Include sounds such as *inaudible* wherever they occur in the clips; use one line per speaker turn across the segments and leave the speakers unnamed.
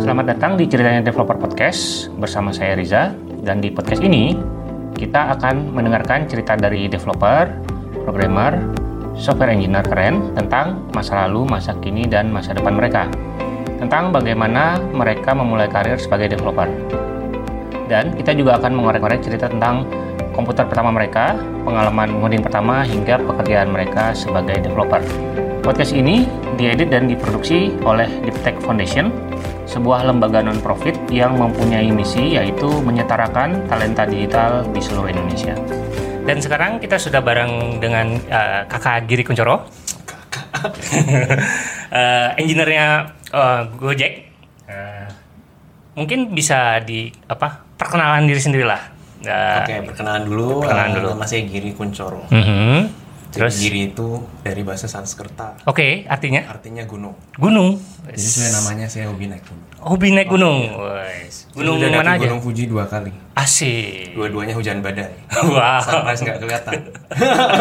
Selamat datang di Ceritanya Developer Podcast bersama saya Riza dan di podcast ini kita akan mendengarkan cerita dari developer, programmer, software engineer keren tentang masa lalu, masa kini dan masa depan mereka. Tentang bagaimana mereka memulai karir sebagai developer. Dan kita juga akan mengorek-orek cerita tentang komputer pertama mereka, pengalaman ngoding pertama hingga pekerjaan mereka sebagai developer. Podcast ini diedit dan diproduksi oleh Deep Tech Foundation, sebuah lembaga non-profit yang mempunyai misi yaitu menyetarakan talenta digital di seluruh Indonesia. Dan sekarang kita sudah bareng dengan eh, kakak Giri Kuncoro, *laughs* Eh, engineer-nya eh, Gojek. Eh, mungkin bisa di apa perkenalan diri sendirilah. Eh,
Oke, perkenalan dulu.
Perkenalan
Eh,
dulu.
Nama saya Giri Kuncoro.
mhm.
Jadi
Terus, oke,
Giri itu dari bahasa Sanskerta,
artinya
artinya gunung.
gunung.
Jadi saya namanya saya hobi naik gunung.
Hobi naik gunung. Wes. Gunung
Saya udah
mana aja?
daki Gunung Fuji dua kali.
Asik.
Dua-duanya hujan badai.
*laughs* Wow.
Sunrise nggak kelihatan.
*laughs*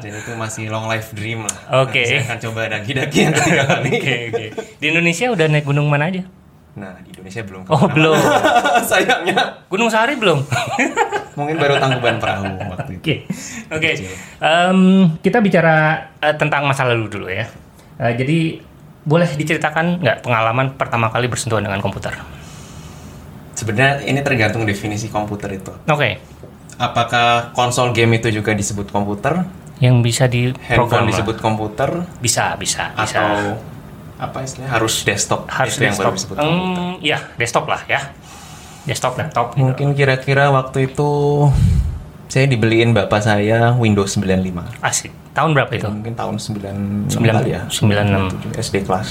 Jadi itu masih long life dream lah.
Oke.
Nanti Saya akan coba daki-daki yang ketiga kali.
*laughs* Oke, oke. Di Indonesia udah naik gunung mana aja?
Nah, di Indonesia belum.
Oh,
kemana-mana.
belum.
*laughs* Sayangnya.
Gunung Sahari *laughs* belum?
Mungkin baru tangkuban perahu waktu itu.
Oke, oke. Em, kita bicara eh, tentang masa lalu dulu ya. Eh, jadi boleh diceritakan nggak pengalaman pertama kali bersentuhan dengan komputer?
Sebenarnya ini tergantung definisi komputer itu.
Oke,
Apakah konsol game itu juga disebut komputer?
yang bisa di
handphone disebut komputer
bisa, bisa, bisa.
atau apa istilahnya harus desktop Hmm.
harus
itu yang baru
desktop.
disebut
Em,
komputer.
ya desktop lah ya. Desktop, laptop. gitu.
mungkin kira-kira waktu itu saya dibeliin bapak saya Windows 95
Asik. Tahun berapa itu?
mungkin tahun 96
Sembilan-
kali ya
96.
97, SD kelas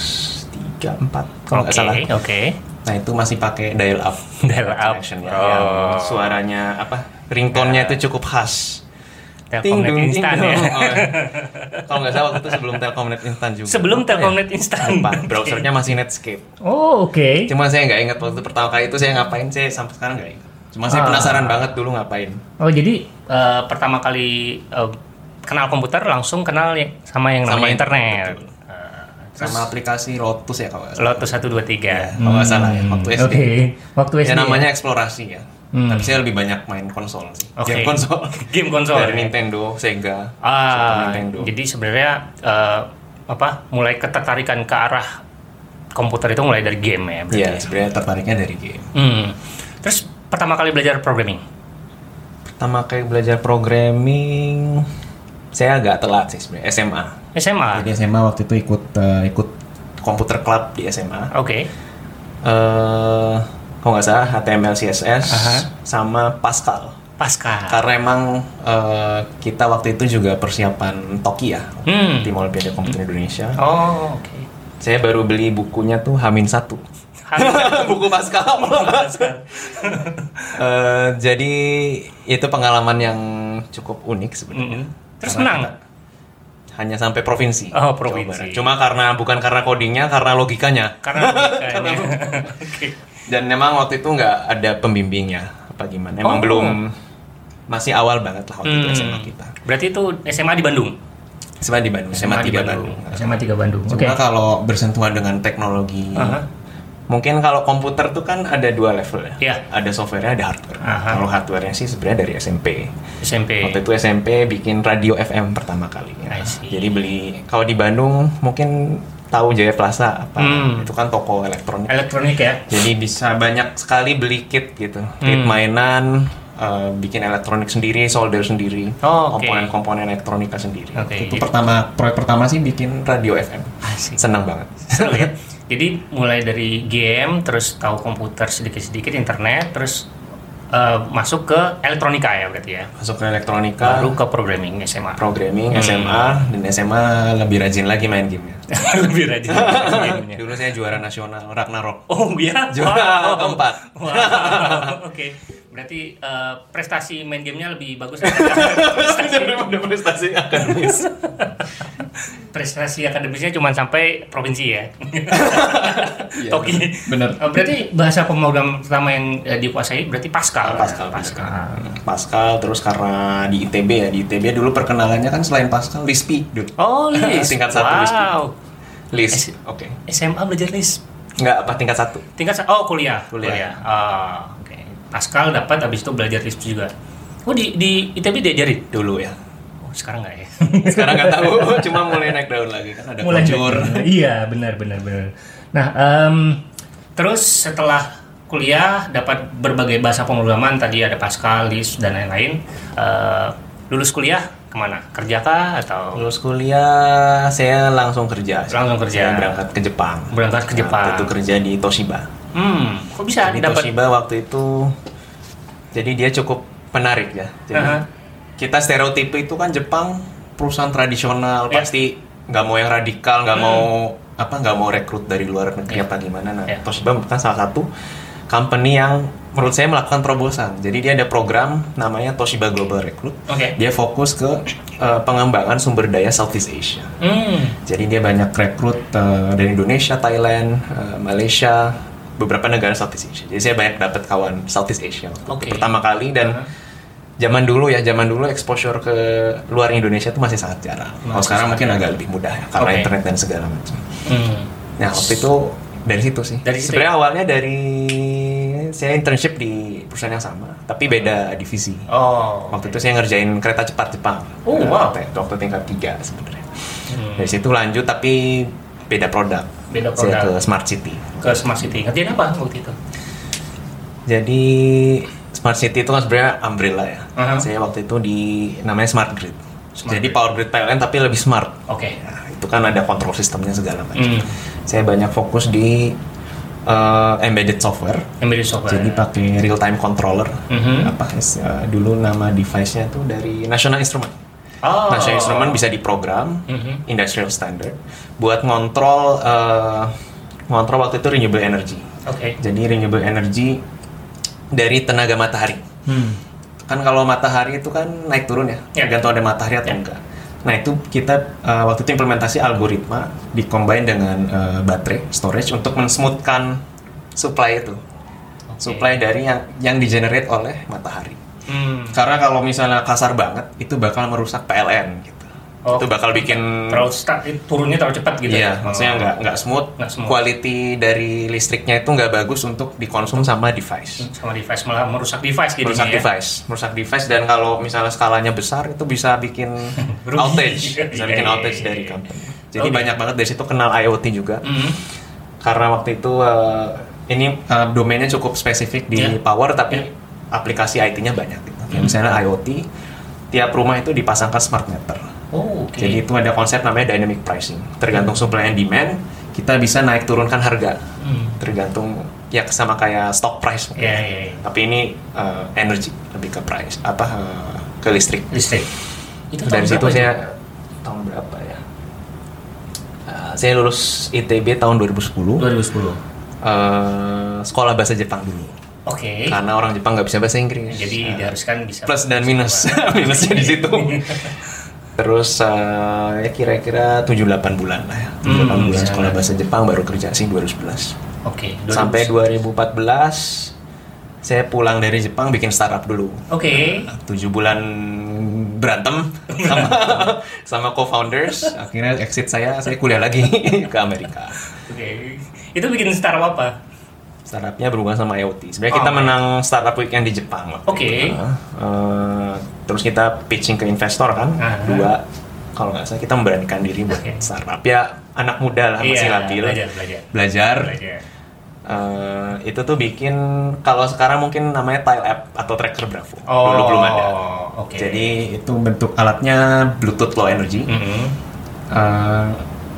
3 4
Oke,
kalau nggak salah
oke. *laughs*
nah itu masih pakai dial up
Dial up. Oh.
Connection-nya,
Ya.
yang suaranya apa ringtone-nya itu cukup khas
Telkomnet
Ting-dung,
instan ya.
ting-dung. Oh, *laughs* kalau nggak salah waktu itu sebelum Telkomnet instan juga
Sebelum
Apa ya?
Telkomnet instan. *laughs*
Lupa, browsernya masih Netscape
Oh, oke.
Cuma saya nggak ingat waktu pertama kali itu saya ngapain, saya sampai sekarang nggak ingat. Cuma saya
Ah.
penasaran banget dulu ngapain.
Oh jadi eh, pertama kali eh, kenal komputer langsung kenal ya- sama yang
Sama
namanya
in-
internet.
betul. Sama aplikasi Rotus ya kalau nggak salah.
Lotus 123.
Kalau nggak salah ya, waktu
Hmm. Oke.
SD.
Waktu SD.
Ya namanya eksplorasi ya.
Hmm.
Tapi saya lebih banyak main konsol sih.
Oke.
Game konsol.
*laughs* Game konsol,
Dari
ya.
Nintendo, Sega, Super
Ah,
Nintendo.
jadi sebenarnya eh, apa? Mulai ketertarikan ke arah komputer itu mulai dari game ya. berarti
Iya,
ya?
sebenarnya tertariknya dari game.
Hmm. Terus pertama kali belajar programming.
Pertama kayak belajar programming, saya agak telat sih sebenarnya SMA.
SMA. Oke.
Jadi SMA waktu itu ikut eh, ikut komputer club di SMA. eh kalau nggak salah HTML CSS
Aha.
sama Pascal
Pascal.
karena emang eh, kita waktu itu juga persiapan Toki ya
Hmm.
tim Olimpiade Komputer Indonesia
Oh, oke.
saya baru beli bukunya tuh Hamin satu
Harus-
*laughs* buku Pascal *laughs* Eh, jadi itu pengalaman yang cukup unik sebenarnya
Mm-mm. Hmm. Terus
Karena
menang.
kita hanya sampai provinsi
Hmm. Oh,
Jawa
provinsi.
Barat. cuma karena bukan karena codingnya karena logikanya *laughs*
Karena logikanya. Oke.
Dan memang waktu itu nggak ada pembimbingnya apa gimana. Emang
Oh.
belum masih awal banget lah waktu itu
Hmm.
SMA kita.
Berarti itu SMA di Bandung.
SMA di Bandung, SMA, 3 Bandung.
SMA 3 Bandung. Oke.
Cuma kalau bersentuhan dengan teknologi,
Aha.
mungkin kalau komputer tuh kan ada dua level ya.
Iya.
Ada softwarenya, ada hardware.
Aha.
Kalau hardwarenya sih sebenarnya dari SMP.
SMP.
Waktu itu SMP bikin radio FM pertama kalinya.
I see.
Jadi beli kalau di Bandung mungkin tahu Jaya Plaza apa
Hmm.
itu kan toko elektronik.
Elektronik
*laughs*
ya.
Jadi bisa banyak sekali beli kit gitu, kit
Hmm.
mainan, eh, bikin elektronik sendiri, solder sendiri,
Oh, oke.
komponen-komponen elektronika sendiri.
Oke,
Itu
jadi-
pertama proyek pertama sih bikin radio FM.
Asik.
Senang banget.
Seru ya. Jadi mulai dari game, terus tahu komputer sedikit-sedikit, internet, terus eh, masuk ke elektronika ya berarti ya.
Masuk ke elektronika,
Baru Hmm. ke programming SMA.
programming, SMA, dan SMA lebih rajin lagi main gamenya.
Lebih
*laughs*
rajin. gamenya.
Dulu saya juara nasional Ragnarok.
oh iya. Wow.
Juara keempat.
Wow. Oke. Berarti eh, prestasi main gamenya lebih bagus ya.
Daripada prestasi akademis.
prestasi akademisnya cuma sampai provinsi ya.
*laughs* Iya,
Toki.
bener, bener.
Eh, Berarti bahasa pemrograman pertama yang eh, dikuasai berarti Pascal.
Pascal,
Pascal.
Pascal terus karena di ITB ya di ITB dulu perkenalannya kan selain Pascal Lispi dulu.
Oh, Lisp.
Tingkat satu, Lisp.
Wow.
Lisp. Oke.
SMA belajar Lisp.
Nggak apa tingkat satu.
Tingkat sa- oh kuliah,
Kuliah.
Ah, oke. Naskal dapat habis itu belajar lisp juga. Oh di di ITB diajarin.
Dulu ya.
Oh, sekarang nggak ya?
Sekarang nggak tahu, *laughs* cuma mulai naik daun lagi kan ada kocur.
*laughs* iya, benar benar benar. Nah, em, terus setelah kuliah dapat berbagai bahasa pemrograman tadi ada Pascal, Lisp dan lain-lain. Eh, lulus kuliah kemana? Kerja kah atau
Lulus kuliah saya langsung kerja.
Langsung kerja.
Saya berangkat ke Jepang.
Berangkat
Nah,
ke Jepang.
Waktu itu kerja di Toshiba.
Hmm, kok bisa
Di
dapat?
Toshiba waktu itu jadi dia cukup menarik ya. Jadi
Aha.
kita stereotipe itu kan Jepang perusahaan
Ya.
tradisional
Hmm.
pasti nggak mau yang radikal, nggak mau apa nggak mau rekrut dari luar
Ya.
negeri apa gimana. Nah,
Ya.
Toshiba merupakan salah satu company yang menurut saya melakukan terobosan. Jadi dia ada program namanya Toshiba Global Recruit.
Oke.
Dia fokus ke eh, pengembangan sumber daya Southeast Asia.
Hmm,
Jadi dia banyak rekrut eh, dari Indonesia, Thailand, eh, Malaysia, beberapa negara Southeast Asia. Jadi saya banyak dapat kawan Southeast Asia waktu itu
Oke.
pertama kali dan zaman dulu ya, zaman dulu exposure ke luar Indonesia itu masih sangat jarang. Kalau
Masih
sekarang
sangat
mungkin agak lebih mudah ya, karena
Oke.
internet dan segala macam.
hmm.
Nah waktu itu dari situ sih.
Dari situ ya?
Sebenarnya awalnya dari saya internship di perusahaan yang sama, tapi beda divisi.
Oh.
Waktu itu saya ngerjain kereta cepat Jepang.
Oh, wow.
Waktu, waktu tingkat tiga sebenarnya.
Hmm.
Dari situ lanjut tapi beda produk.
Beda
Saya ke
produk.
Smart City.
Ke Smart City. Ngerjain apa waktu itu?
Jadi Smart City itu kan sebenarnya umbrella ya.
Aha.
Saya waktu itu di namanya Smart Grid.
Smart
Jadi
Grid.
power grid PLN tapi lebih smart.
Oke.
Nah, itu kan ada kontrol sistemnya segala macam.
Hmm.
Saya banyak fokus di eh, embedded software.
Embedded software.
Jadi pakai real time controller.
Mhm.
Apa eh, dulu nama device-nya tuh dari National Instrument.
oh.
National Instrument bisa diprogram
Mhm.
industrial standard buat ngontrol eh, ngontrol waktu itu renewable energy.
Oke.
Jadi renewable energy dari tenaga matahari.
Hmm.
Kan kalau matahari itu kan naik turun ya,
Ya.
tergantung ada matahari atau
Ya.
enggak. Nah itu kita eh, waktu itu implementasi algoritma dikombin dengan eh, baterai storage untuk mensmoothkan supply itu,
Oke.
supply dari yang yang digenerate oleh matahari.
Hmm.
Karena kalau misalnya kasar banget, itu bakal merusak PLN gitu.
Oh.
Itu bakal bikin
Terlalu start, eh, turunnya terlalu cepat gitu.
Iya,
ya?
maksudnya nggak nggak smooth.
Nggak smooth.
Quality dari listriknya itu nggak bagus untuk dikonsum sama device.
sama device malah merusak device gitu
merusak
ya.
device, merusak device dan kalau misalnya skalanya besar itu bisa bikin
*laughs* Rugi.
outage, bisa
Iya,
bikin
iya,
outage
iya,
dari
iya.
company. Jadi
Oke.
banyak banget dari situ kenal IoT juga.
Hmm.
Karena waktu itu eh, ini eh, domainnya cukup spesifik di
Iya.
power tapi
Iya.
aplikasi IT-nya banyak gitu. Kayak
Hmm.
misalnya IoT tiap rumah itu dipasangkan smart meter.
Oh, oke.
Jadi itu ada konsep namanya dynamic pricing. Tergantung supply and demand, kita bisa naik turunkan harga.
Hmm.
Tergantung ya sama kayak stock price.
Iya, iya, iya.
Tapi ini eh, energy lebih ke price apa eh, ke listrik.
Listrik. Itu
Dari
tahun
situ
berapa itu?
saya tahun berapa ya? Eh, saya lulus ITB tahun 2010.
2010. Oke.
Eh, sekolah bahasa Jepang dulu.
Kan.
Karena orang Jepang nggak bisa bahasa Inggris.
Jadi
Eh,
diharuskan bisa
plus dan minus *laughs* minusnya di
*laughs*
situ terus eh, ya kira-kira 7-8 bulan lah ya 7-8
Hmm,
bulan
bisa.
sekolah bahasa Jepang baru kerja sih 2011
Oke. 2000.
sampai 2014 saya pulang dari Jepang bikin startup dulu
Oke.
7 bulan berantem
*laughs*
sama sama co-founders akhirnya exit saya saya kuliah lagi *laughs* ke Amerika
Oke. Itu bikin startup apa?
startupnya berhubungan sama IoT. Sebenarnya
Oh,
kita
oke.
menang startup weekend di Jepang. waktu
Oke.
itu. Eh, terus kita pitching ke investor kan,
Ah.
dua. Kalau nggak salah kita memberanikan diri buat
Oke.
startup. Ya anak muda lah
Iya,
masih labil.
belajar, belajar.
Belajar.
Belajar.
Eh, itu tuh bikin kalau sekarang mungkin namanya Tile App atau Tracker Bravo.
Oh,
Dulu belum ada.
Oke.
Jadi itu bentuk alatnya Bluetooth Low Energy.
Mhm.
eh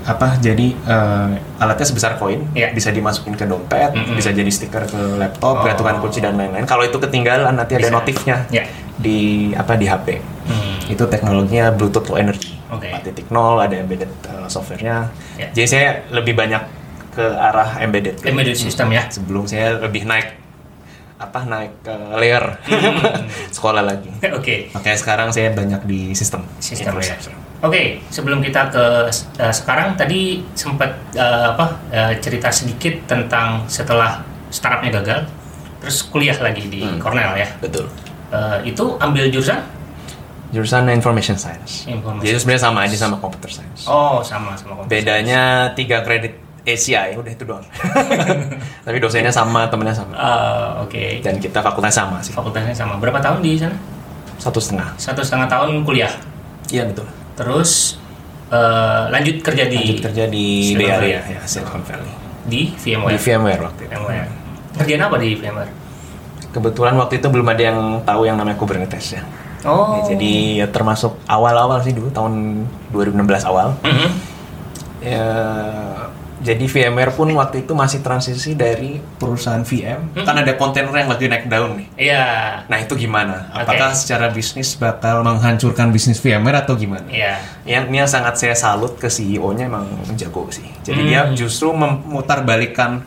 apa jadi eh, alatnya sebesar koin
Iya.
bisa dimasukin ke dompet
Mm-mm.
bisa jadi stiker ke laptop
Oh.
gantungan kunci dan lain-lain kalau itu ketinggalan nanti ada
Bisa.
notifnya
Iya.
di apa di HP
Hmm.
itu teknologinya Bluetooth Low Energy
Oke.
4.0 ada embedded eh, softwarenya
Iya.
jadi saya lebih banyak ke arah embedded Hmm.
Embedded system ya.
sebelum saya lebih naik apa naik ke layer
Hmm.
*laughs* sekolah lagi
Oke.
makanya sekarang saya banyak di sistem Iya.
sistem ya.
infrastructure.
Oke, sebelum kita ke eh, sekarang tadi sempat eh, apa eh, cerita sedikit tentang setelah startupnya gagal, terus kuliah lagi di
Hmm.
Cornell ya.
betul
Eh, itu ambil jurusan?
jurusan information science.
Information
Jadi sebenarnya sama aja sama computer science.
Oh, sama sama komputer.
Bedanya tiga kredit ACI udah itu doang. *laughs* Tapi dosennya sama, temennya sama.
Ah, Oke.
Dan kita fakultas sama sih.
Fakultasnya sama. Berapa tahun di sana?
Satu setengah.
Satu setengah tahun kuliah.
Iya betul.
Terus eh, lanjut kerja di
Lanjut kerja di Bay
Silicon
Area, ya Silicon Valley.
di
Di
VMware.
VMware waktu itu.
VMware. Kerjaan apa di VMware?
Kebetulan waktu itu belum ada yang tahu yang namanya Kubernetes ya.
Oh.
Ya, jadi ya termasuk awal-awal sih dulu tahun 2016 awal.
Mhm.
Ya, jadi VMware pun waktu itu masih transisi dari perusahaan VM.
Hmm.
Kan ada kontainer yang lagi naik daun nih.
Iya.
Nah itu gimana?
Oke.
Apakah secara bisnis bakal menghancurkan bisnis VMware atau gimana?
Iya.
Yang ini yang sangat saya salut ke CEO-nya emang jago sih. Jadi
Hmm.
dia justru memutarbalikan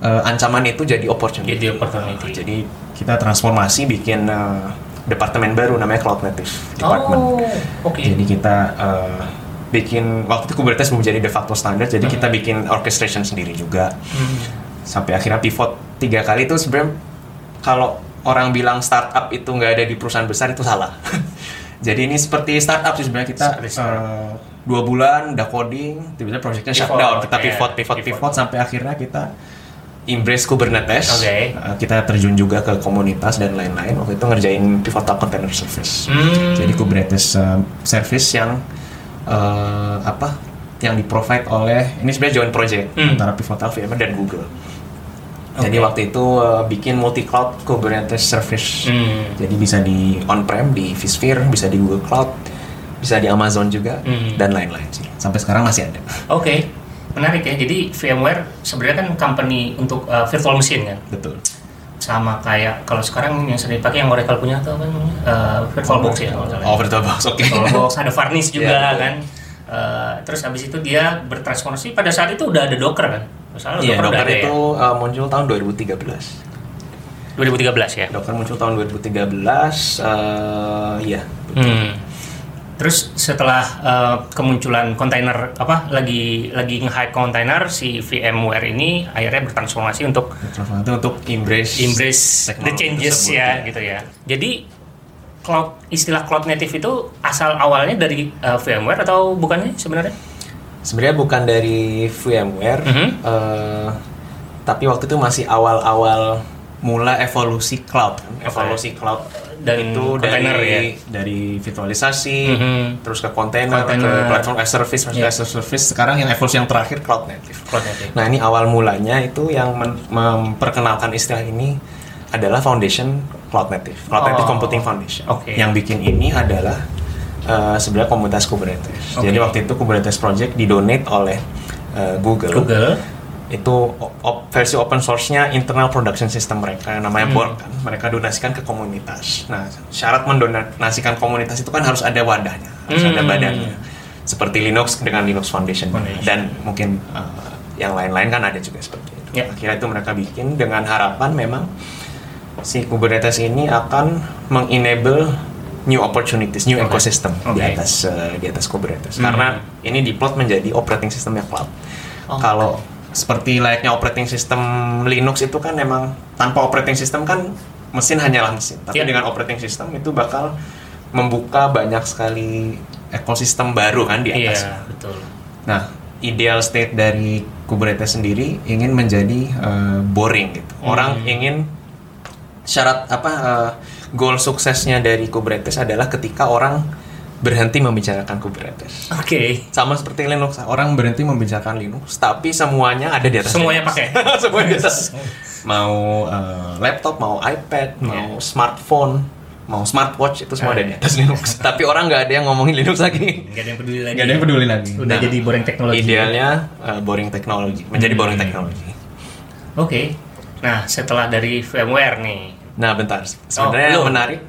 eh, ancaman itu jadi opportunity.
Jadi opportunity.
Jadi kita transformasi bikin eh, departemen baru namanya Cloud Native Department.
Oh. Oke.
Jadi kita eh, bikin waktu itu Kubernetes belum jadi de facto standar, jadi kita bikin orchestration sendiri juga.
Hmm.
Sampai akhirnya pivot tiga kali itu sebenarnya kalau orang bilang startup itu nggak ada di perusahaan besar itu salah. *laughs* jadi ini seperti startup sih sebenarnya kita
Seperti startup.
eh, dua bulan udah coding, tiba-tiba projectnya
Pivot,
shutdown, kita
ya.
pivot, pivot,
Pivot.
pivot, sampai akhirnya kita embrace Kubernetes.
Oke.
Eh, kita terjun juga ke komunitas dan lain-lain. Waktu itu ngerjain pivotal container service.
Hmm.
Jadi Kubernetes um, service yang uh, apa? Yang di provide oleh ini sebenarnya joint project
Hmm.
antara Pivotal VMware dan Google. Jadi
Oke.
waktu itu uh, bikin multi cloud Kubernetes service.
Hmm.
Jadi bisa di on-prem di vSphere, bisa di Google Cloud, bisa di Amazon juga
Hmm.
dan lain-lain sih. Sampai sekarang masih ada.
Oke. Menarik ya. Jadi VMware sebenarnya kan company untuk eh, virtual machine kan.
Betul.
Sama kayak kalau sekarang yang sering dipakai yang Oracle punya atau apa namanya? Eh, virtual box ya kalau nggak salah.
Oh, virtual box. Oke.
Kalau box ada varnish juga
Iya, betul.
kan. Eh, terus habis itu dia bertransformasi pada saat itu udah ada Docker kan. Misalnya
Iya,
Docker, udah
Docker
ada
itu uh, muncul tahun 2013.
ya. 2013 ya.
Dokter muncul tahun 2013, eh iya.
Hmm. Terus setelah eh, kemunculan kontainer apa lagi lagi nge-hype kontainer si VMware ini akhirnya bertransformasi untuk
Itu untuk embrace,
embrace the
teknologi
changes
tersebut,
ya gitu ya. Jadi cloud istilah cloud native itu asal awalnya dari eh, VMware atau bukannya sebenarnya?
Sebenarnya bukan dari VMware,
Mhm.
eh, tapi waktu itu masih awal-awal mula evolusi cloud. kan. Evolusi cloud
Dan
itu
Hmm, container
dari
ya.
dari virtualisasi,
Mhm.
terus ke container,
Container.
ke platform as service, platform
Iya.
as a service. Sekarang yang evolusi yang terakhir cloud native.
Cloud native.
Nah ini awal mulanya itu yang men- memperkenalkan istilah ini adalah Foundation Cloud Native, Cloud Native
Oh.
Computing Foundation.
Oke.
Yang bikin ini adalah eh, sebenarnya komunitas Kubernetes.
Oke.
Jadi waktu itu Kubernetes Project didonate oleh eh, Google.
Google.
Itu o- op- versi open source-nya internal production system mereka
Hmm.
namanya Borg kan. Mereka donasikan ke komunitas. Nah, syarat mendonasikan komunitas itu kan harus ada wadahnya, harus ada
Hmm.
badannya. Seperti Linux dengan Linux Foundation
Foundation.
dan mungkin uh, yang lain-lain kan ada juga seperti itu.
Ya.
Akhirnya itu mereka bikin dengan harapan memang si Kubernetes ini akan mengenable new opportunities, new
Oke.
ecosystem di
Oke.
atas uh, di atas Kubernetes.
Hmm.
Karena ini diplot menjadi operating system yang cloud.
Oh.
Kalau seperti layaknya operating system Linux itu kan memang tanpa operating system kan mesin hanyalah mesin. Tapi
Ya.
dengan operating system itu bakal membuka banyak sekali ekosistem baru kan di
Iya,
atas.
betul.
Nah, ideal state dari Kubernetes sendiri ingin menjadi eh, boring gitu.
Hmm.
Orang ingin syarat apa eh, goal suksesnya dari Kubernetes adalah ketika orang berhenti membicarakan Kubernetes.
Oke.
Sama seperti Linux, orang berhenti membicarakan Linux, tapi semuanya ada di atas.
Semuanya
Linux.
pakai.
*laughs* semuanya di atas. Mau eh, laptop, mau iPad, mau smartphone, mau smartwatch itu semua ada di atas Linux. *laughs* tapi orang nggak ada yang ngomongin Linux lagi.
Gak ada yang peduli lagi.
Nggak ada yang peduli lagi.
Udah
Nah,
jadi boreng teknologi.
Idealnya uh, boring teknologi, menjadi boring teknologi.
Oke. Nah, setelah dari VMware nih.
Nah, bentar. Sebenarnya yang
belum.
menarik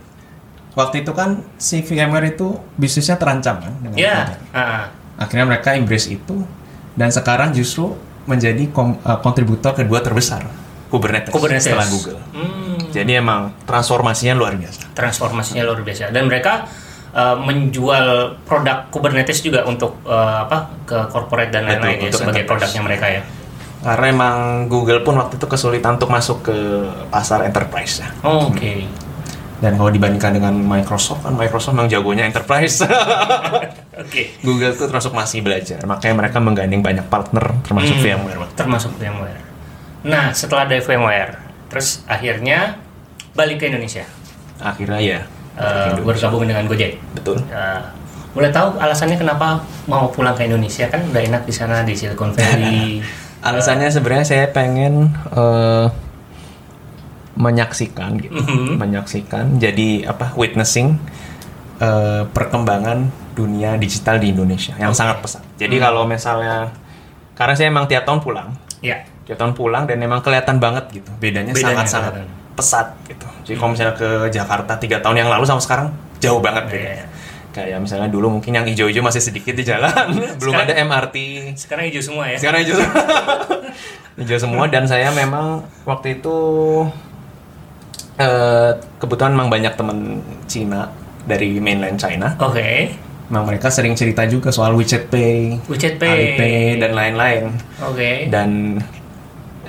waktu itu kan si VMware itu bisnisnya terancam kan dengan
Ya.
konten.
ah,
Akhirnya mereka embrace itu dan sekarang justru menjadi kom- uh, kontributor kedua terbesar Kubernetes,
Kubernetes.
setelah Google.
Hmm,
Jadi emang transformasinya luar biasa.
transformasinya luar biasa dan mereka eh, menjual produk Kubernetes juga untuk eh, apa ke corporate dan
Betul,
lain-lain ya,
untuk
sebagai
enterprise.
produknya mereka ya.
Karena emang Google pun waktu itu kesulitan untuk masuk ke pasar enterprise ya.
Oke.
Dan kalau dibandingkan dengan Microsoft kan Microsoft memang jagonya enterprise. *laughs*
Oke.
Google tuh termasuk masih belajar. Makanya mereka menggandeng banyak partner termasuk
Hmm.
VMware. Bang.
Termasuk VMware. Nah, setelah dari VMware, terus akhirnya balik ke Indonesia.
Akhirnya ya.
eh, bergabung dengan Gojek.
Betul.
Eh, boleh tahu alasannya kenapa mau pulang ke Indonesia kan udah enak di sana di Silicon *laughs* Valley.
Alasannya sebenarnya saya pengen eh, menyaksikan gitu,
Mhm.
menyaksikan jadi apa witnessing eh, perkembangan dunia digital di Indonesia yang sangat pesat. Jadi kalau misalnya karena saya emang tiap tahun pulang,
ya.
tiap tahun pulang dan emang kelihatan banget gitu bedanya
Bedanya
sangat-sangat
kelihatan.
pesat gitu. Jadi kalau misalnya ke Jakarta tiga tahun yang lalu sama sekarang jauh banget bedanya.
Iya.
Kayak misalnya dulu mungkin yang hijau-hijau masih sedikit di jalan, belum
Sekarang-
ada MRT,
Sekarang hijau semua ya.
sekarang *laughs* hijau semua. hijau semua dan saya memang waktu itu eh, kebetulan memang banyak teman Cina dari mainland China.
Oke.
Memang mereka sering cerita juga soal WeChat Pay,
WeChat Pay.
Alipay dan lain-lain.
Oke.
Dan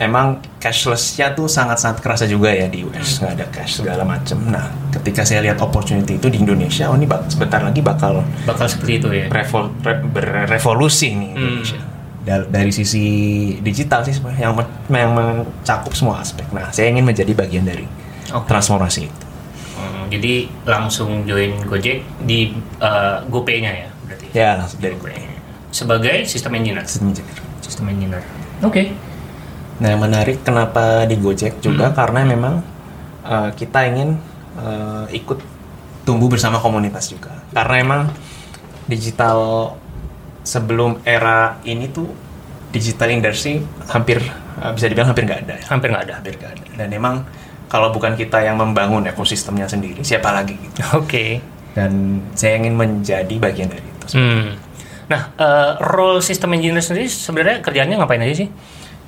emang cashless-nya tuh sangat-sangat kerasa juga ya di US,
Hmm.
nggak ada cash segala macem. Nah, ketika saya lihat opportunity itu di Indonesia, oh ini bak- sebentar lagi bakal
Bakal seperti itu ya.
revol, re- berevolusi nih Indonesia. Da- dari sisi digital sih sebenarnya yang, men- yang mencakup semua aspek. Nah, saya ingin menjadi bagian dari
Oke.
transformasi itu.
Hmm, jadi langsung join Gojek di eh, GoPay-nya ya berarti.
Ya, langsung dari gue.
Sebagai sistem engineer.
Sistem engineer.
Sistem engineer. Oke.
Nah, yang menarik kenapa di Gojek juga karena memang eh, kita ingin eh, ikut tumbuh bersama komunitas juga. Karena emang digital sebelum era ini tuh digital industry hampir eh, bisa dibilang hampir nggak ada. ya.
Hampir nggak ada.
hampir nggak ada. Dan emang kalau bukan kita yang membangun ekosistemnya sendiri, siapa lagi gitu.
*laughs* Oke.
Dan saya ingin menjadi bagian dari itu.
Hmm. Nah, eh, role sistem engineer sendiri sebenarnya kerjaannya ngapain aja sih?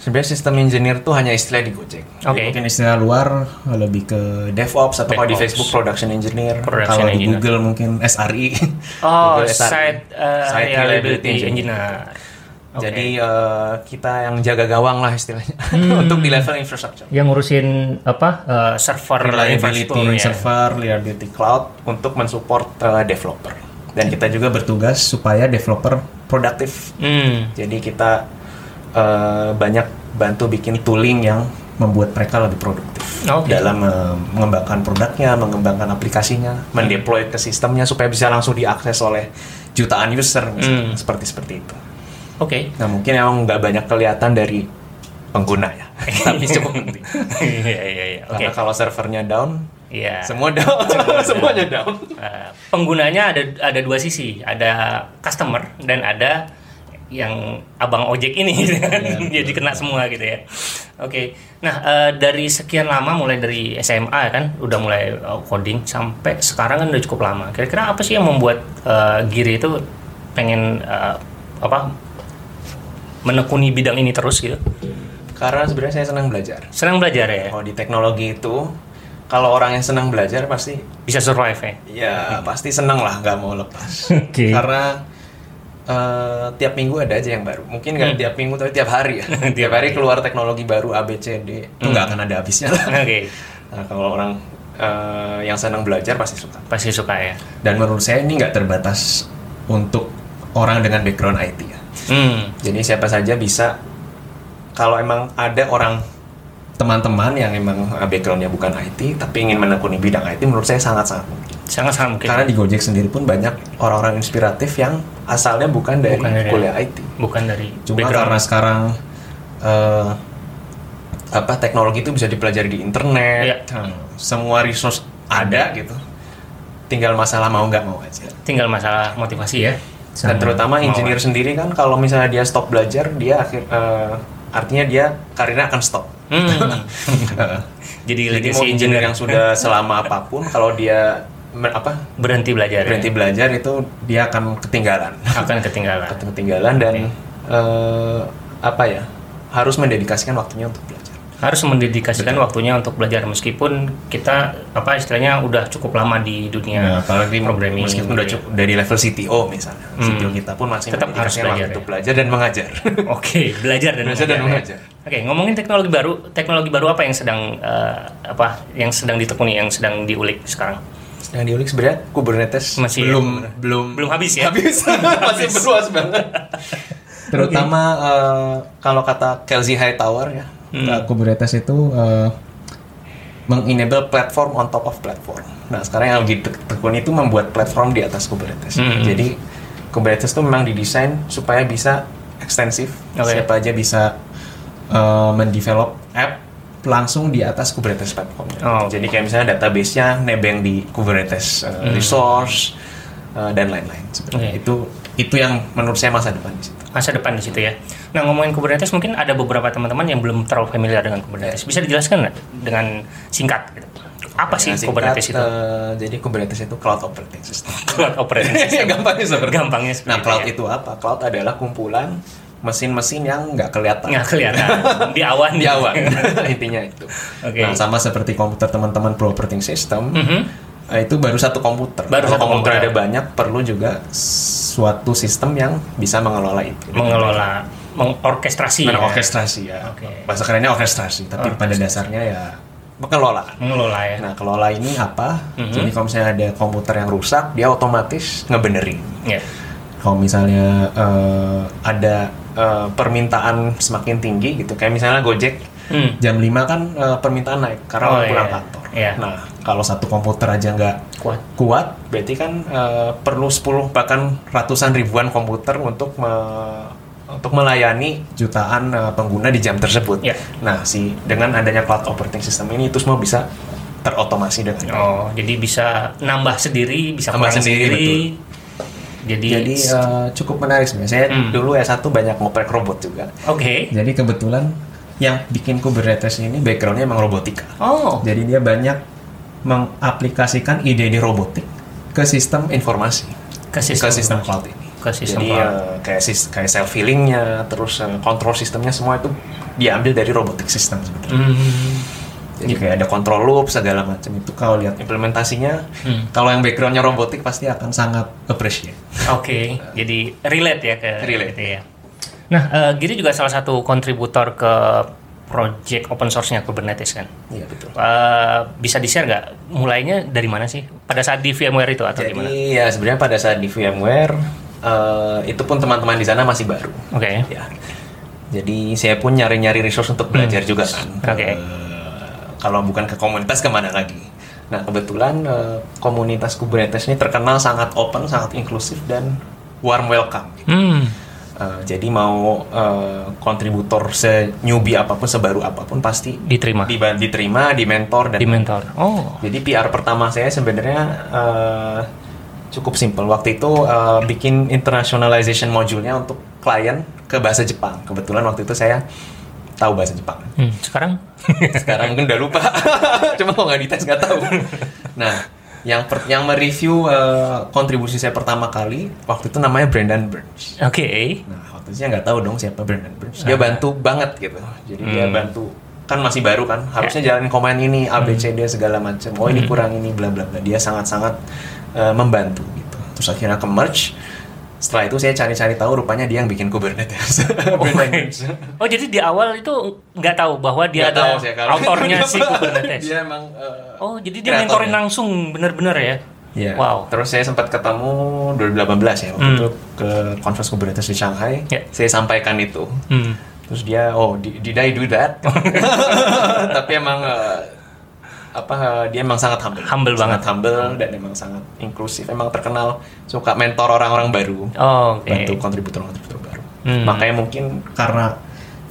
Sebenarnya sistem engineer tuh hanya istilah di Gojek. Jadi
Oke.
Mungkin istilah luar lebih ke DevOps atau kalau di
DevOps.
Facebook production engineer,
Production
kalau di
engineer.
Google mungkin SRE.
*laughs* Oh,
Google SRE.
site, eh,
Site
reliability engineer. Oke. Hmm.
Jadi eh, kita yang jaga gawang lah istilahnya *laughs* untuk di level infrastructure.
yang ngurusin apa eh, server
Reliability
infrastruktur ya.
server, reliability cloud untuk mensupport eh, developer. Dan kita juga bertugas supaya developer produktif
Hmm.
Jadi kita eh, banyak bantu bikin tooling yang membuat mereka lebih produktif
Oke.
dalam eh, mengembangkan produknya, mengembangkan aplikasinya, mendeploy ke sistemnya supaya bisa langsung diakses oleh jutaan user misalnya. seperti seperti itu.
Oke.
Nah mungkin emang nggak banyak kelihatan dari pengguna ya, tapi
*laughs*
cukup penting.
Iya iya iya. Oke.
Karena kalau servernya down,
Iya.
Ya. *laughs* semua down, Iya. semuanya down.
Eh, penggunanya ada ada dua sisi, ada customer dan ada yang abang ojek ini *laughs* jadi kena semua gitu ya. Oke. Nah, eh, dari sekian lama mulai dari SMA kan udah mulai eh, coding sampai sekarang kan udah cukup lama. Kira-kira apa sih yang membuat eh, Giri itu pengen eh, apa menekuni bidang ini terus gitu?
Karena sebenarnya saya senang belajar. Eh,
Senang belajar ya.
Kalau di teknologi itu, kalau orang yang senang belajar pasti
Bisa survive ya.
Ya *laughs* pasti seneng lah nggak mau *laughs* lepas.
Oke.
Karena eh, tiap minggu ada aja yang baru. Mungkin nggak tiap minggu tapi tiap hari ya. Hmm. *laughs* Hmm. tiap hari keluar teknologi baru A B C D itu nggak akan ada habisnya *laughs* lah.
Oke.
Nah, kalau orang eh, yang senang belajar pasti suka.
Pasti suka ya.
Dan menurut saya ini nggak terbatas untuk orang dengan background IT ya.
Hmm.
Jadi siapa saja bisa kalau emang ada orang teman-teman yang emang ah, backgroundnya bukan IT tapi ingin menekuni bidang IT menurut saya sangat-sangat mungkin.
Sangat-sangat mungkin.
Karena di Gojek sendiri pun banyak orang-orang inspiratif yang asalnya bukan dari
Bukan dari-
kuliah IT.
bukan dari
Cuma
background.
karena sekarang eh, apa teknologi itu bisa dipelajari di internet,
Ya.
eh, semua resource ada gitu. Tinggal masalah mau nggak mau aja.
tinggal masalah motivasi ya
Dan terutama engineer sendiri kan kalau misalnya dia stop belajar, dia akhir eh, artinya dia karirnya akan stop. *laughs*
Hmm.
Eh,
jadi
Jadi
legacy
mau engineer
Iya, engineer
yang
*laughs*
sudah selama apapun kalau dia me- apa
berhenti belajar ya?
berhenti belajar itu dia akan ketinggalan.
akan ketinggalan
*laughs* Atau ketinggalan dan eh, apa ya harus mendedikasikan waktunya untuk belajar.
harus mendedikasikan waktunya untuk belajar meskipun kita apa istilahnya udah cukup lama di dunia
Nah, apalagi
programming
meskipun udah
gitu ya.
cukup dari level CTO misalnya,
Hmm.
CTO kita pun masih
Tetap harus
mendedikasikan waktu
belajar ya?
untuk belajar dan mengajar.
*laughs* Oke, belajar dan
Belajar *laughs* dan
ya. Oke, ngomongin teknologi baru, teknologi baru apa yang sedang eh, apa yang sedang ditekuni, yang sedang diulik sekarang?
Nah, di Unix sebenarnya Kubernetes
Masih
belum
belum-
belum
belum habis ya?
Habis. *laughs* Masih berluas banget. Terutama eh, kalau kata Kelsey Hightower ya,
Hmm.
eh, Kubernetes itu eh, mengenable platform on top of platform. Nah, sekarang yang lagi ditekuni itu membuat platform di atas Kubernetes.
Hmm.
Jadi Kubernetes itu memang didesain supaya bisa ekstensif.
Oke.
Siapa aja bisa eh, mendevelop app langsung di atas Kubernetes platformnya.
Oh.
Jadi kayak misalnya database-nya nebeng di Kubernetes uh, resource uh, dan lain-lain. Sebenarnya
Hmm. Oke.
Itu itu yang menurut saya masa depan di situ.
Masa depan di situ ya. Nah, ngomongin Kubernetes mungkin ada beberapa teman-teman yang belum terlalu familiar dengan
Ya.
Kubernetes. Bisa dijelaskan nggak dengan singkat gitu. Apa sih
Nah, singkat,
Kubernetes *laughs* itu?
uh, jadi Kubernetes itu cloud operating system.
*laughs* Cloud operating system.
Gampangnya seperti itu.
Gampangnya seperti
Nah,
itu
cloud
ya.
itu apa? Cloud adalah kumpulan mesin-mesin yang nggak kelihatan.
Nggak
*laughs*
kelihatan di awan. gitu.
di awan. *laughs* Intinya itu.
Oke.
Nah, sama seperti komputer teman-teman pro operating system,
Mhm.
eh, itu baru satu komputer.
Baru
Kalau
satu
komputer,
komputer. ya?
ada banyak, perlu juga suatu sistem yang bisa mengelola itu.
Oh, Mengelola, mengorkestrasi. ya.
Mengorkestrasi ya.
Oke.
Bahasa kerennya orkestrasi, tapi pada dasarnya ya pengelolaan.
Mengelola ya.
Nah, kelola ini apa?
Mhm.
Jadi kalau misalnya ada komputer yang rusak, dia otomatis ngebenerin
Ya.
kalau misalnya eh, ada eh, permintaan semakin tinggi gitu kayak misalnya Gojek
Hmm.
jam 5 kan eh, permintaan naik karena
Oh,
orang pulang
iya.
kantor.
Iya.
Nah, kalau satu komputer aja nggak
Kuat.
kuat, berarti kan eh, perlu 10 bahkan ratusan ribuan komputer untuk me- untuk melayani jutaan eh, pengguna di jam tersebut.
Iya.
Nah, si dengan adanya cloud operating system ini itu semua bisa terotomasi dengan baik.
Oh, jadi bisa nambah sendiri, bisa
Nambah
kurang
sendiri,
Jadi,
Jadi eh, cukup menarik sebenarnya. Saya
Hmm.
dulu S1 banyak ngoprek robot juga.
oke.
Jadi kebetulan yang bikin Kubernetes ini backgroundnya emang robotika.
Oh,
Jadi dia banyak mengaplikasikan ide-ide robotik ke sistem informasi,
ke sistem,
ke sistem cloud ini.
Ke sistem
Jadi
cloud.
eh, kayak sis- kayak self healingnya, terus eh, kontrol sistemnya semua itu diambil dari robotik sistem sebetulnya.
Hmm.
Jadi kayak ada control loop segala macam itu kalau lihat implementasinya,
Hmm.
kalau yang backgroundnya robotik pasti akan sangat appreciate.
Oke, jadi relate ya ke
Relate.
gitu ya. Nah, eh, Giri juga salah satu kontributor ke project open source-nya Kubernetes kan.
Iya betul.
Eh, bisa di-share nggak? Mulainya dari mana sih? Pada saat di VMware itu atau
Jadi
gimana? Oke.
ya sebenarnya pada saat di VMware eh, itu pun teman-teman di sana masih baru. Ya. Jadi saya pun nyari-nyari resource untuk belajar juga kan.
Oke.
Eh, kalau bukan ke komunitas kemana lagi? Nah kebetulan eh, komunitas Kubernetes ini terkenal sangat open, sangat inklusif dan warm welcome.
Hmm.
Eh, jadi mau eh, kontributor se newbie apapun, sebaru apapun pasti
Diterima. Di,
diba- diterima, dimentor dan
mentor. Oh.
jadi PR pertama saya sebenarnya eh, cukup simple. Waktu itu eh, bikin internationalization module-nya untuk klien ke bahasa Jepang. Kebetulan waktu itu saya tahu bahasa Jepang. *laughs*
Hmm, sekarang?
Sekarang mungkin udah lupa. *laughs* Cuma kalau nggak dites nggak tahu. Nah, yang per- yang mereview eh, kontribusi saya pertama kali waktu itu namanya Brandon Burns.
Oke.
Nah, waktu itu saya nggak tahu dong siapa Brandon Burns. Dia bantu banget gitu. Jadi
Hmm.
dia bantu kan masih baru kan, harusnya
Ya.
jalanin komen ini A B C
Hmm.
D segala macam. Oh ini kurang ini bla bla bla. Dia sangat-sangat eh, membantu gitu. Terus akhirnya ke merge. Setelah itu saya cari-cari tahu rupanya dia yang bikin
*laughs*
Kubernetes. Brandon Burns.
Oh, jadi di awal itu nggak tahu bahwa dia
Nggak
ada
tahu saya kalau-
autornya
*laughs*
si Kubernetes.
dia emang eh,
Oh, jadi dia
kreatornya.
mentorin langsung bener-bener ya?
Iya.
Wow.
Terus saya sempat ketemu 2018 ya waktu
Hmm.
itu ke conference Kubernetes di Shanghai.
Ya.
Saya sampaikan itu.
Hmm.
terus dia oh di- did I do that *laughs* tapi emang eh, apa eh, dia emang sangat humble
Humble
sangat humble dan emang sangat inklusif emang terkenal suka mentor orang-orang baru
Oh, oke.
bantu kontributor-kontributor baru
Hmm.
makanya mungkin karena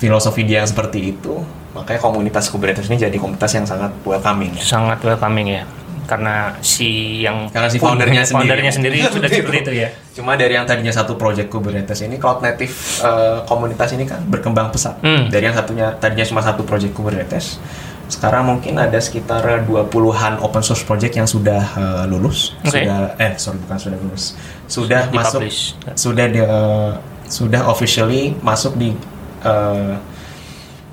filosofi dia yang seperti itu makanya komunitas Kubernetes ini jadi komunitas yang sangat welcoming ya.
sangat welcoming ya karena si yang
Karena si foundernya sendiri.
foundernya
*laughs*
sendiri sudah seperti itu ya
Cuma dari yang tadinya satu project Kubernetes ini cloud native eh, komunitas ini kan berkembang pesat.
Hmm.
Dari yang satunya tadinya cuma satu project Kubernetes, sekarang mungkin ada sekitar 20-an open source project yang sudah eh, lulus,
Oke.
sudah eh sorry bukan sudah lulus. Sudah masuk
Dipublish.
sudah di, eh, sudah officially masuk di eh,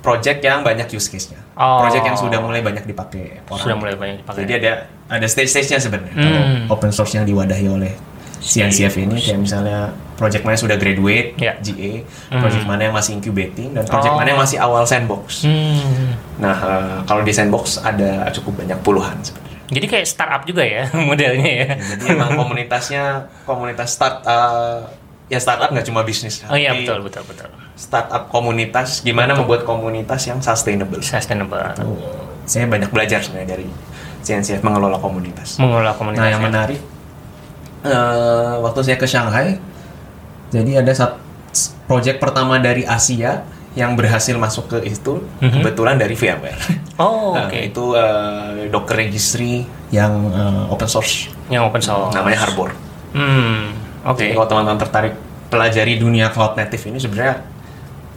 project yang banyak use case-nya.
Oh.
project yang sudah mulai banyak dipakai orang.
Sudah mulai banyak dipakai.
Jadi ada ada stage-stage-nya sebenarnya.
Hmm.
Kalau Open source yang diwadahi oleh CNCF ini kayak misalnya project mana yang sudah graduate
Ya.
GA, project mana yang masih incubating dan project
Oh.
mana yang masih awal sandbox.
Hmm.
Nah, eh, kalau di sandbox ada cukup banyak puluhan sebenarnya.
Jadi kayak startup juga ya *laughs* modelnya ya. *laughs*
Jadi emang komunitasnya komunitas start eh, ya startup nggak cuma bisnis.
Oh iya
tapi
betul betul betul.
Startup komunitas gimana membuat komunitas yang sustainable.
Sustainable.
saya banyak belajar sebenarnya dari CNCF mengelola komunitas.
Mengelola
Nah,
komunitas. ya.
yang menarik eh, waktu saya ke Shanghai, jadi ada satu project pertama dari Asia yang berhasil masuk ke itu
Mhm.
kebetulan dari
*laughs*
VMware.
Oh,
Nah,
oke.
itu eh, Docker Registry yang eh, open source,
Yang open source.
namanya Harbor.
Hmm.
Jadi
Oke.
kalau teman-teman tertarik pelajari dunia cloud native ini sebenarnya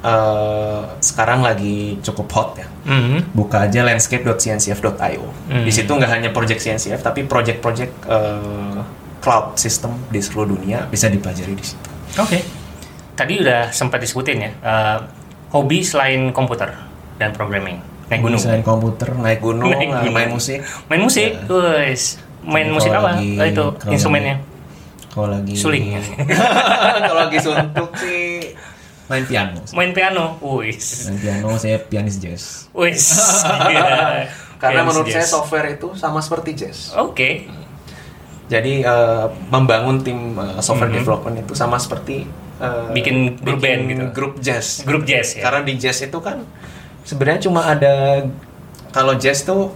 eh, sekarang lagi cukup hot ya
Hmm.
buka aja landscape.cncf.io.
Hmm.
Di situ nggak hanya project CNCF tapi project-project eh, cloud system di seluruh dunia bisa dipelajari di situ.
Oke. Tadi udah sempat disebutin ya. eh, hobi selain komputer dan programming. Naik gunung.
Desain komputer, naik gunung,
Naik
eh,
gunung.
main musik.
Main musik. Guys. Main
Iya. Jadi
musik
kalau
apa?
lagi-
Oh, itu
kalau
instrumennya.
Kalau lagi
Suling.
*laughs*
*laughs*
kalau lagi suntuk sih main piano.
Main piano. Wis.
Main piano saya pianis jazz. *laughs*
Wis. Iya. Gila.
Karena
Pianis
menurut saya
jazz.
software itu sama seperti jazz.
Oke.
Jadi eh, membangun tim eh, software development itu sama seperti eh,
Mhm. Bikin grup band gitu.
grup jazz.
Grup jazz ya.
Karena di jazz itu kan sebenarnya cuma ada kalau jazz tuh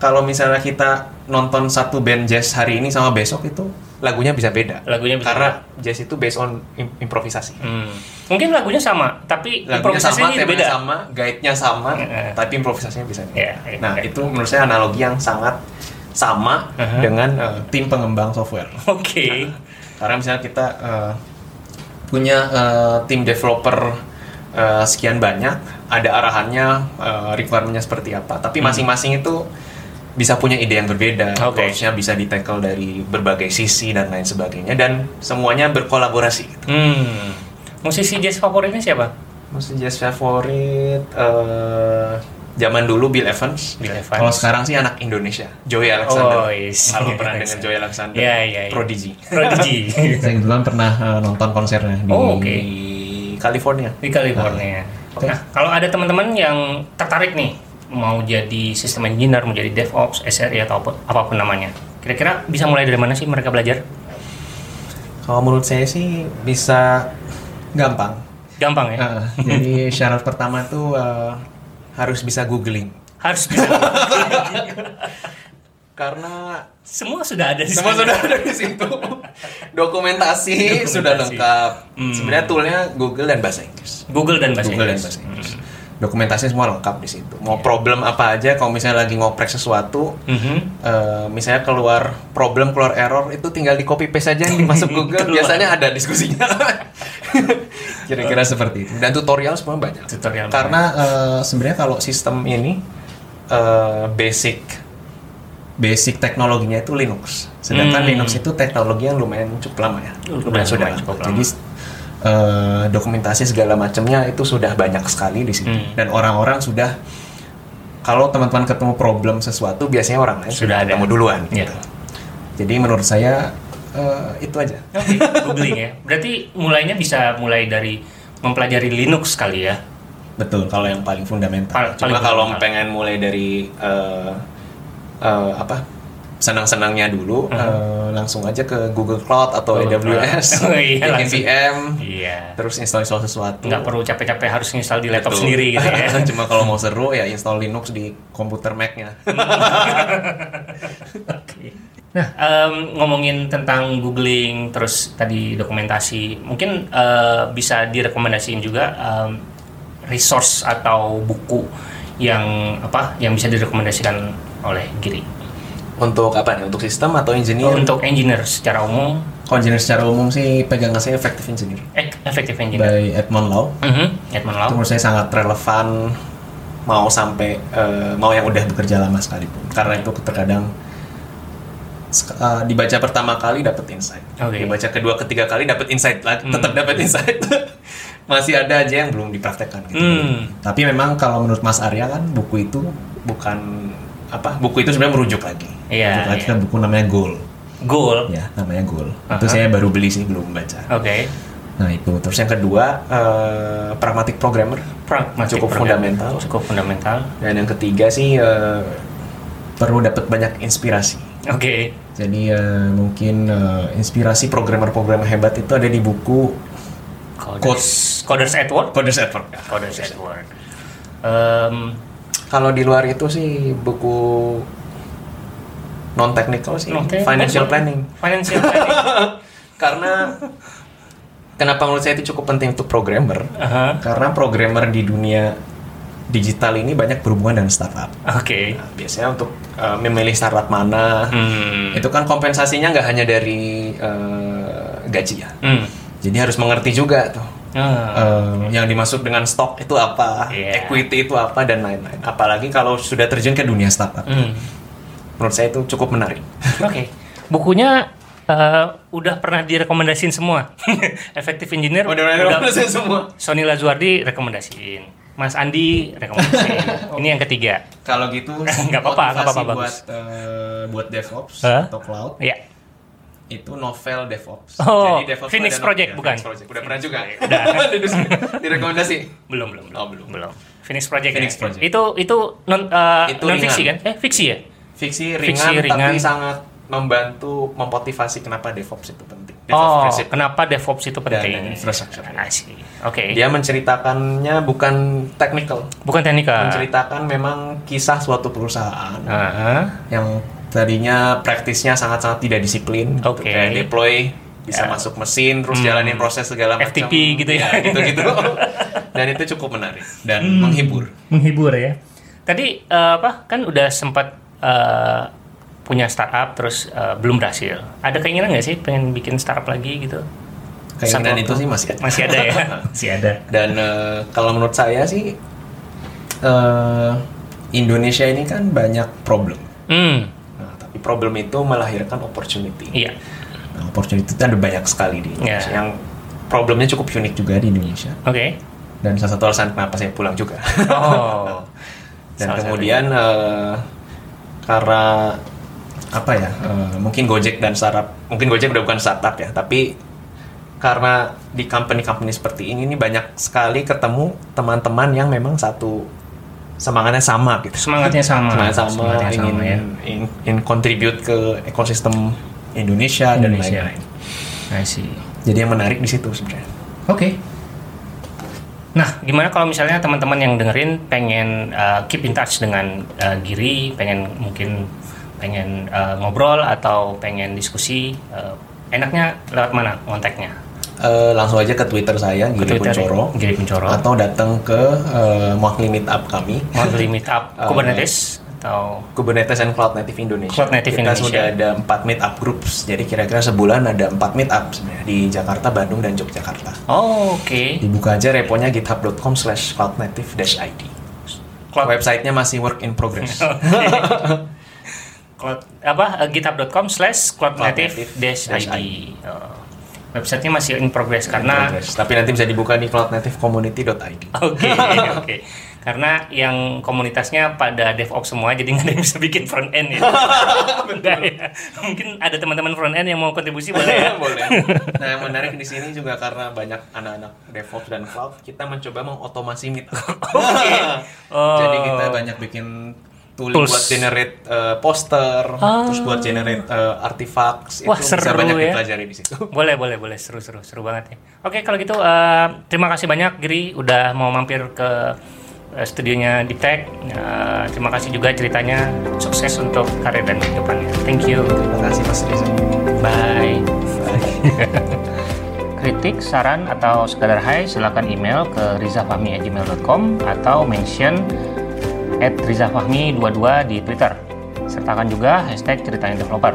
kalau misalnya kita nonton satu band jazz hari ini sama besok itu lagunya bisa beda.
Lagunya bisa
Karena jazz itu based on im- improvisasi.
Hmm. Mungkin lagunya sama, tapi
Lagunya sama,
improvisasinya
temanya
beda. Eh,
sama, guide-nya sama,
Heeh.
tapi improvisasinya bisa beda.
Iya, iya,
nah,
iya.
itu menurut saya analogi yang sangat sama
Heeh.
dengan eh, tim pengembang software.
Oke.
Karena misalnya kita eh, punya eh, tim developer eh, sekian banyak, ada arahannya, eh, requirement-nya seperti apa. Tapi masing-masing itu bisa punya ide yang berbeda,
Hmm. Oke.
approach-nya bisa ditackle dari berbagai sisi dan lain sebagainya, dan semuanya berkolaborasi. Gitu.
Hmm. Musisi jazz favoritnya siapa?
Musik jazz favorit eh, zaman dulu Bill Evans.
Bill Evans.
Kalau sekarang sih anak Indonesia, Joey
Oh,
Alexander.
yes.
Kalau pernah dengan Joey Alexander,
Iya, iya, iya.
Prodigy. *laughs*
Prodigy.
Saya kebetulan pernah eh, nonton konsernya di
Oh, oke.
Di California.
Di California. Nah, kalau ada teman-teman yang tertarik nih mau jadi system engineer, mau jadi DevOps, SRE atau apa, apapun namanya. Kira-kira bisa mulai dari mana sih mereka belajar?
Kalau menurut saya sih bisa gampang.
Gampang ya.
Eh, *laughs* jadi syarat pertama tuh eh, harus bisa googling.
Harus bisa.
Karena
Semua sudah ada di
*laughs* semua
sana.
sudah ada di situ. Dokumentasi, sudah lengkap. Sebenarnya toolnya Google dan bahasa Inggris.
Google dan bahasa
Google dan
Inggris.
bahasa Inggris. Hmm. Iya. Dokumentasi semua lengkap di situ. Mau problem apa aja, kalau misalnya lagi ngoprek sesuatu,
Mhm.
eh, misalnya keluar problem, keluar error, itu tinggal di copy paste aja nih, masuk Google.
Keluar.
Biasanya ada diskusinya. *laughs* Kira-kira seperti itu. Dan tutorial semua banyak.
Tutorial.
Karena eh, sebenarnya kalau sistem ini eh, basic basic teknologinya itu Linux. Sedangkan
Hmm.
Linux itu teknologi yang lumayan cukup lama ya.
Lumayan,
sudah.
lumayan cukup lama.
Jadi eh, dokumentasi segala macamnya itu sudah banyak sekali di situ
Hmm.
dan orang-orang sudah kalau teman-teman ketemu problem sesuatu biasanya orang lain
Sudah
sudah,
ada.
ketemu duluan
Iya.
gitu. Jadi menurut saya eh, itu aja.
Oke, googling ya. Berarti mulainya bisa mulai dari mempelajari Linux kali ya.
Betul, kalau yang paling fundamental.
Pal-
Cuma
paling
kalau
fundamental.
pengen mulai dari eh, eh, apa senang-senangnya dulu, eh, langsung aja ke Google Cloud atau
Google
AWS,
Cloud. *laughs* Oh iya,
bikin
langsung.
VM,
Iya.
terus install-install sesuatu.
Nggak perlu capek-capek harus install di laptop
Betul.
sendiri gitu ya.
*laughs* Cuma kalau mau seru ya install Linux di komputer
*laughs*
Mac-nya.
Nah, em, ngomongin tentang googling, terus tadi dokumentasi, mungkin eh, bisa direkomendasiin juga em, resource atau buku yang apa yang bisa direkomendasikan oleh Giri.
Untuk apa nih? Untuk sistem atau engineer?
Untuk engineer secara umum,
Kalau engineer secara umum sih pegang saya Effective Engineer
ek- efektif engineer.
by Edmond Lau.
Mhm, Edmund Lau.
Itu menurut saya sangat relevan mau sampai eh, mau yang udah bekerja lama sekalipun. Karena itu terkadang sek- eh, dibaca pertama kali dapat insight.
Oke. Hmm.
Dibaca kedua ketiga kali dapat insight *laughs* lagi, tetap dapat insight. masih ada aja yang belum dipraktekkan gitu.
Hmm.
Tapi memang kalau menurut Mas Arya kan buku itu
Bukan apa buku itu sebenarnya merujuk lagi.
Iya,
buku lagi
iya.
kan buku namanya Goal.
Goal.
Ya, namanya Goal. Itu saya baru beli sih belum baca.
Oke.
Nah, itu terus
Terus yang kedua eh, pragmatic programmer
Pragmatic
cukup
program.
fundamental.
Cukup fundamental.
Dan yang ketiga sih eh, perlu dapat banyak inspirasi.
Oke.
jadi eh, mungkin eh,
Inspirasi programmer-programmer hebat itu ada di buku
Coders. Coders at Work.
Coders at Work.
Coders at Work. Em,
Kalau di luar itu sih buku non technical sih
oke.
financial planning.
Financial planning.
Karena kenapa menurut saya itu cukup penting untuk programmer?
Aha,
Karena programmer di dunia digital ini banyak berhubungan dengan startup.
Oke.
Nah, biasanya untuk eh, memilih startup mana
Hmm.
itu kan kompensasinya nggak hanya dari eh, gaji ya.
Hmm.
Jadi harus mengerti juga tuh
Ah,
eh, yang dimaksud dengan stok itu apa,
Iya.
equity itu apa dan lain-lain. Apalagi kalau sudah terjun ke dunia startup,
hmm.
menurut saya itu cukup
*laughs*
menarik.
Oke. Bukunya eh, udah pernah direkomendasin semua. *laughs* Effective Engineer.
saya *laughs* semua.
Sony Lazuardi rekomendasiin. Mas Andi rekomendasiin. Ini yang ketiga.
Kalau gitu
*laughs* Nggak apa-apa, nggak apa-apa,
motivasi
bagus.
Buat eh, buat DevOps
Hah?
atau cloud
Ya.
itu novel DevOps.
Oh, Phoenix
ada no-
Project,
ya,
bukan?
Phoenix Project. Udah pernah juga.
Project, udah. *laughs*
Di- *laughs* Direkomendasi.
Belum, belum, belum.
Oh, belum.
Phoenix Project.
Phoenix
ya?
Project.
Itu itu non eh,
Itu
non fiksi kan?
ringan.
Eh, fiksi ya?
Fiksi ringan,
Fiksi ringan.
tapi sangat membantu memotivasi kenapa DevOps itu penting. DevOps
Oh,
prinsip.
kenapa DevOps itu penting? Ah,
Dan infrastructure.
I see. Oke.
Dia menceritakannya bukan technical,
Bukan teknikal.
menceritakan memang kisah suatu perusahaan
Aha.
yang tadinya praktisnya sangat-sangat tidak disiplin, gitu.
Oke. Ya. Hmm.
kayak deploy bisa masuk mesin terus jalanin proses segala macam
FTP gitu ya. Hmm.
gitu-gitu
*laughs*
dan itu cukup menarik dan menghibur
Menghibur ya. Tadi eh, apa? Kan udah sempat eh, punya startup terus eh, belum berhasil. Ada keinginan nggak sih pengen bikin startup lagi gitu? Satu
keinginan itu
waktu.
sih masih ada.
Masih ada
*laughs*
ya? Masih ada.
dan eh, kalau menurut saya sih eh, Indonesia ini kan banyak problem
Hmm.
nah, tapi problem itu melahirkan opportunity
Iya.
Nah, opportunity itu ada banyak sekali di Indonesia.
Ya.
Yang problemnya cukup unik juga di Indonesia.
Oke.
Dan salah satu alasan kenapa saya pulang juga. *laughs*
Oh.
Dan
Salah
kemudian eh, karena apa ya? eh, mungkin Gojek dan startup, mungkin Gojek udah bukan startup ya, tapi karena di company-company seperti ini ini banyak sekali ketemu teman-teman yang memang satu semangatnya sama gitu.
Semangatnya sama.
Semangatnya sama,
Hmm, Semangatnya
ingin,
sama, ya.
ingin- ingin contribute ke ekosistem Indonesia, dan
Indonesia.
lain-lain.
I see.
Jadi yang menarik di situ sebenarnya.
Oke. Nah, gimana kalau misalnya teman-teman yang dengerin pengen uh, keep in touch dengan uh, Giri, pengen mungkin pengen uh, ngobrol atau pengen diskusi, uh, enaknya lewat mana kontaknya?
Eh, langsung aja ke Twitter saya
Ke
Giri
Twitter, ya.
Puncoro
Giri Puncoro.
atau datang ke eh, Monthly Meetup kami
Monthly Meetup
*laughs* Eh,
Kubernetes atau
Kubernetes and Cloud Native Indonesia.
Cloud Native
Kita
Indonesia.
sudah ada 4 meetup groups. Jadi kira-kira sebulan ada 4 meetup sebenarnya di Jakarta, Bandung dan Yogyakarta.
Oh, oke.
Dibuka aja reponya github.com slash cloudnative-id.
Cloud- Nah.
Websitenya masih work in
*laughs*
progress.
Cloud- apa eh, github.com slash cloudnative dash
Cloud native
id Oh. websitenya masih in progress karena
Progress. Tapi nanti bisa dibuka di cloudnativecommunity.id.
Oke, *laughs* oke. Karena yang komunitasnya pada DevOps semua, jadi nggak ada yang bisa bikin front end ya. Nggak ya. Mungkin ada teman-teman front end yang mau kontribusi
*laughs*
boleh ya.
boleh. Nah, yang menarik di sini juga karena banyak anak-anak DevOps dan cloud, kita mencoba mengotomasi meetup.
*laughs* Oh.
Jadi kita banyak bikin tools,
Tools.
buat generate eh, poster,
Ah.
terus buat generate eh, artifacts
Wah,
itu
seru
bisa banyak
ya.
dipelajari di situ.
Boleh, boleh, boleh. Seru, seru, seru banget ya. Oke, kalau gitu eh, terima kasih banyak Giri udah mau mampir ke eh, studionya Deep Tech. Eh, terima kasih juga ceritanya. Sukses untuk karir dan kehidupannya. Thank you.
Terima kasih Mas Riza.
Bye.
Bye.
Kritik, saran, atau sekadar hai silahkan email ke rizafahmi@gmail.com atau mention at rizafahmi22 di Twitter. Sertakan juga hashtag ceritanya developer.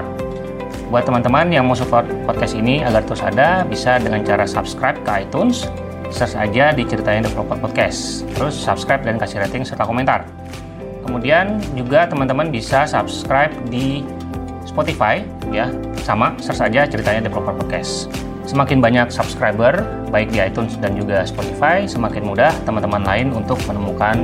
Buat teman-teman yang mau support podcast ini agar terus ada, bisa dengan cara subscribe ke iTunes, search aja di ceritanya developer podcast. Terus subscribe dan kasih rating serta komentar. Kemudian juga teman-teman bisa subscribe di Spotify ya, sama search aja ceritanya developer podcast.
Semakin banyak subscriber, baik di iTunes dan juga Spotify, semakin mudah teman-teman lain untuk menemukan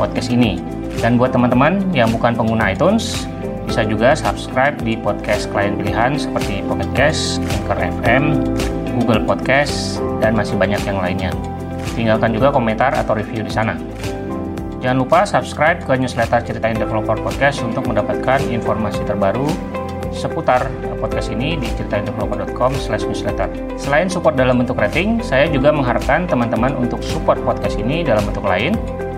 podcast ini. Dan buat teman-teman yang bukan pengguna iTunes, bisa juga subscribe di podcast klien pilihan seperti Pocket Cast, Anchor FM, Google Podcast, dan masih banyak yang lainnya. Tinggalkan juga komentar atau review di sana. Jangan lupa subscribe ke newsletter Ceritain Developer Podcast untuk mendapatkan informasi terbaru seputar podcast ini di ceritaindeveloper.com newsletter. Selain support dalam bentuk rating, saya juga mengharapkan teman-teman untuk support podcast ini dalam bentuk lain.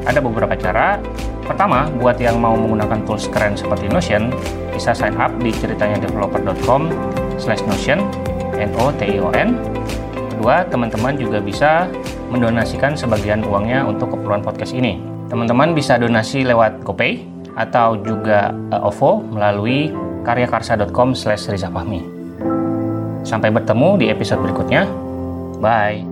Ada beberapa cara. Pertama, buat yang mau menggunakan tools keren seperti Notion, bisa sign up di ceritainyadeveloper.com Notion, N-O-T-I-O-N. Kedua, teman-teman juga bisa mendonasikan sebagian uangnya untuk keperluan podcast ini. Teman-teman bisa donasi lewat GoPay atau juga eh, OVO melalui karyakarsa.com slash Sampai bertemu di episode berikutnya. Bye!